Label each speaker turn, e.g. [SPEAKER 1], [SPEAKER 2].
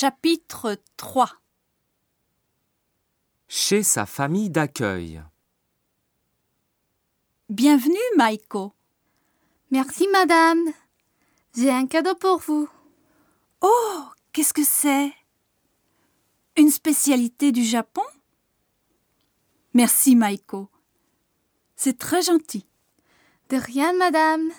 [SPEAKER 1] Chapitre 3
[SPEAKER 2] Chez sa famille d'accueil.
[SPEAKER 1] Bienvenue, Maiko.
[SPEAKER 3] Merci, madame. J'ai un cadeau pour vous.
[SPEAKER 1] Oh, qu'est-ce que c'est Une spécialité du Japon Merci, Maiko. C'est très gentil.
[SPEAKER 3] De rien, madame.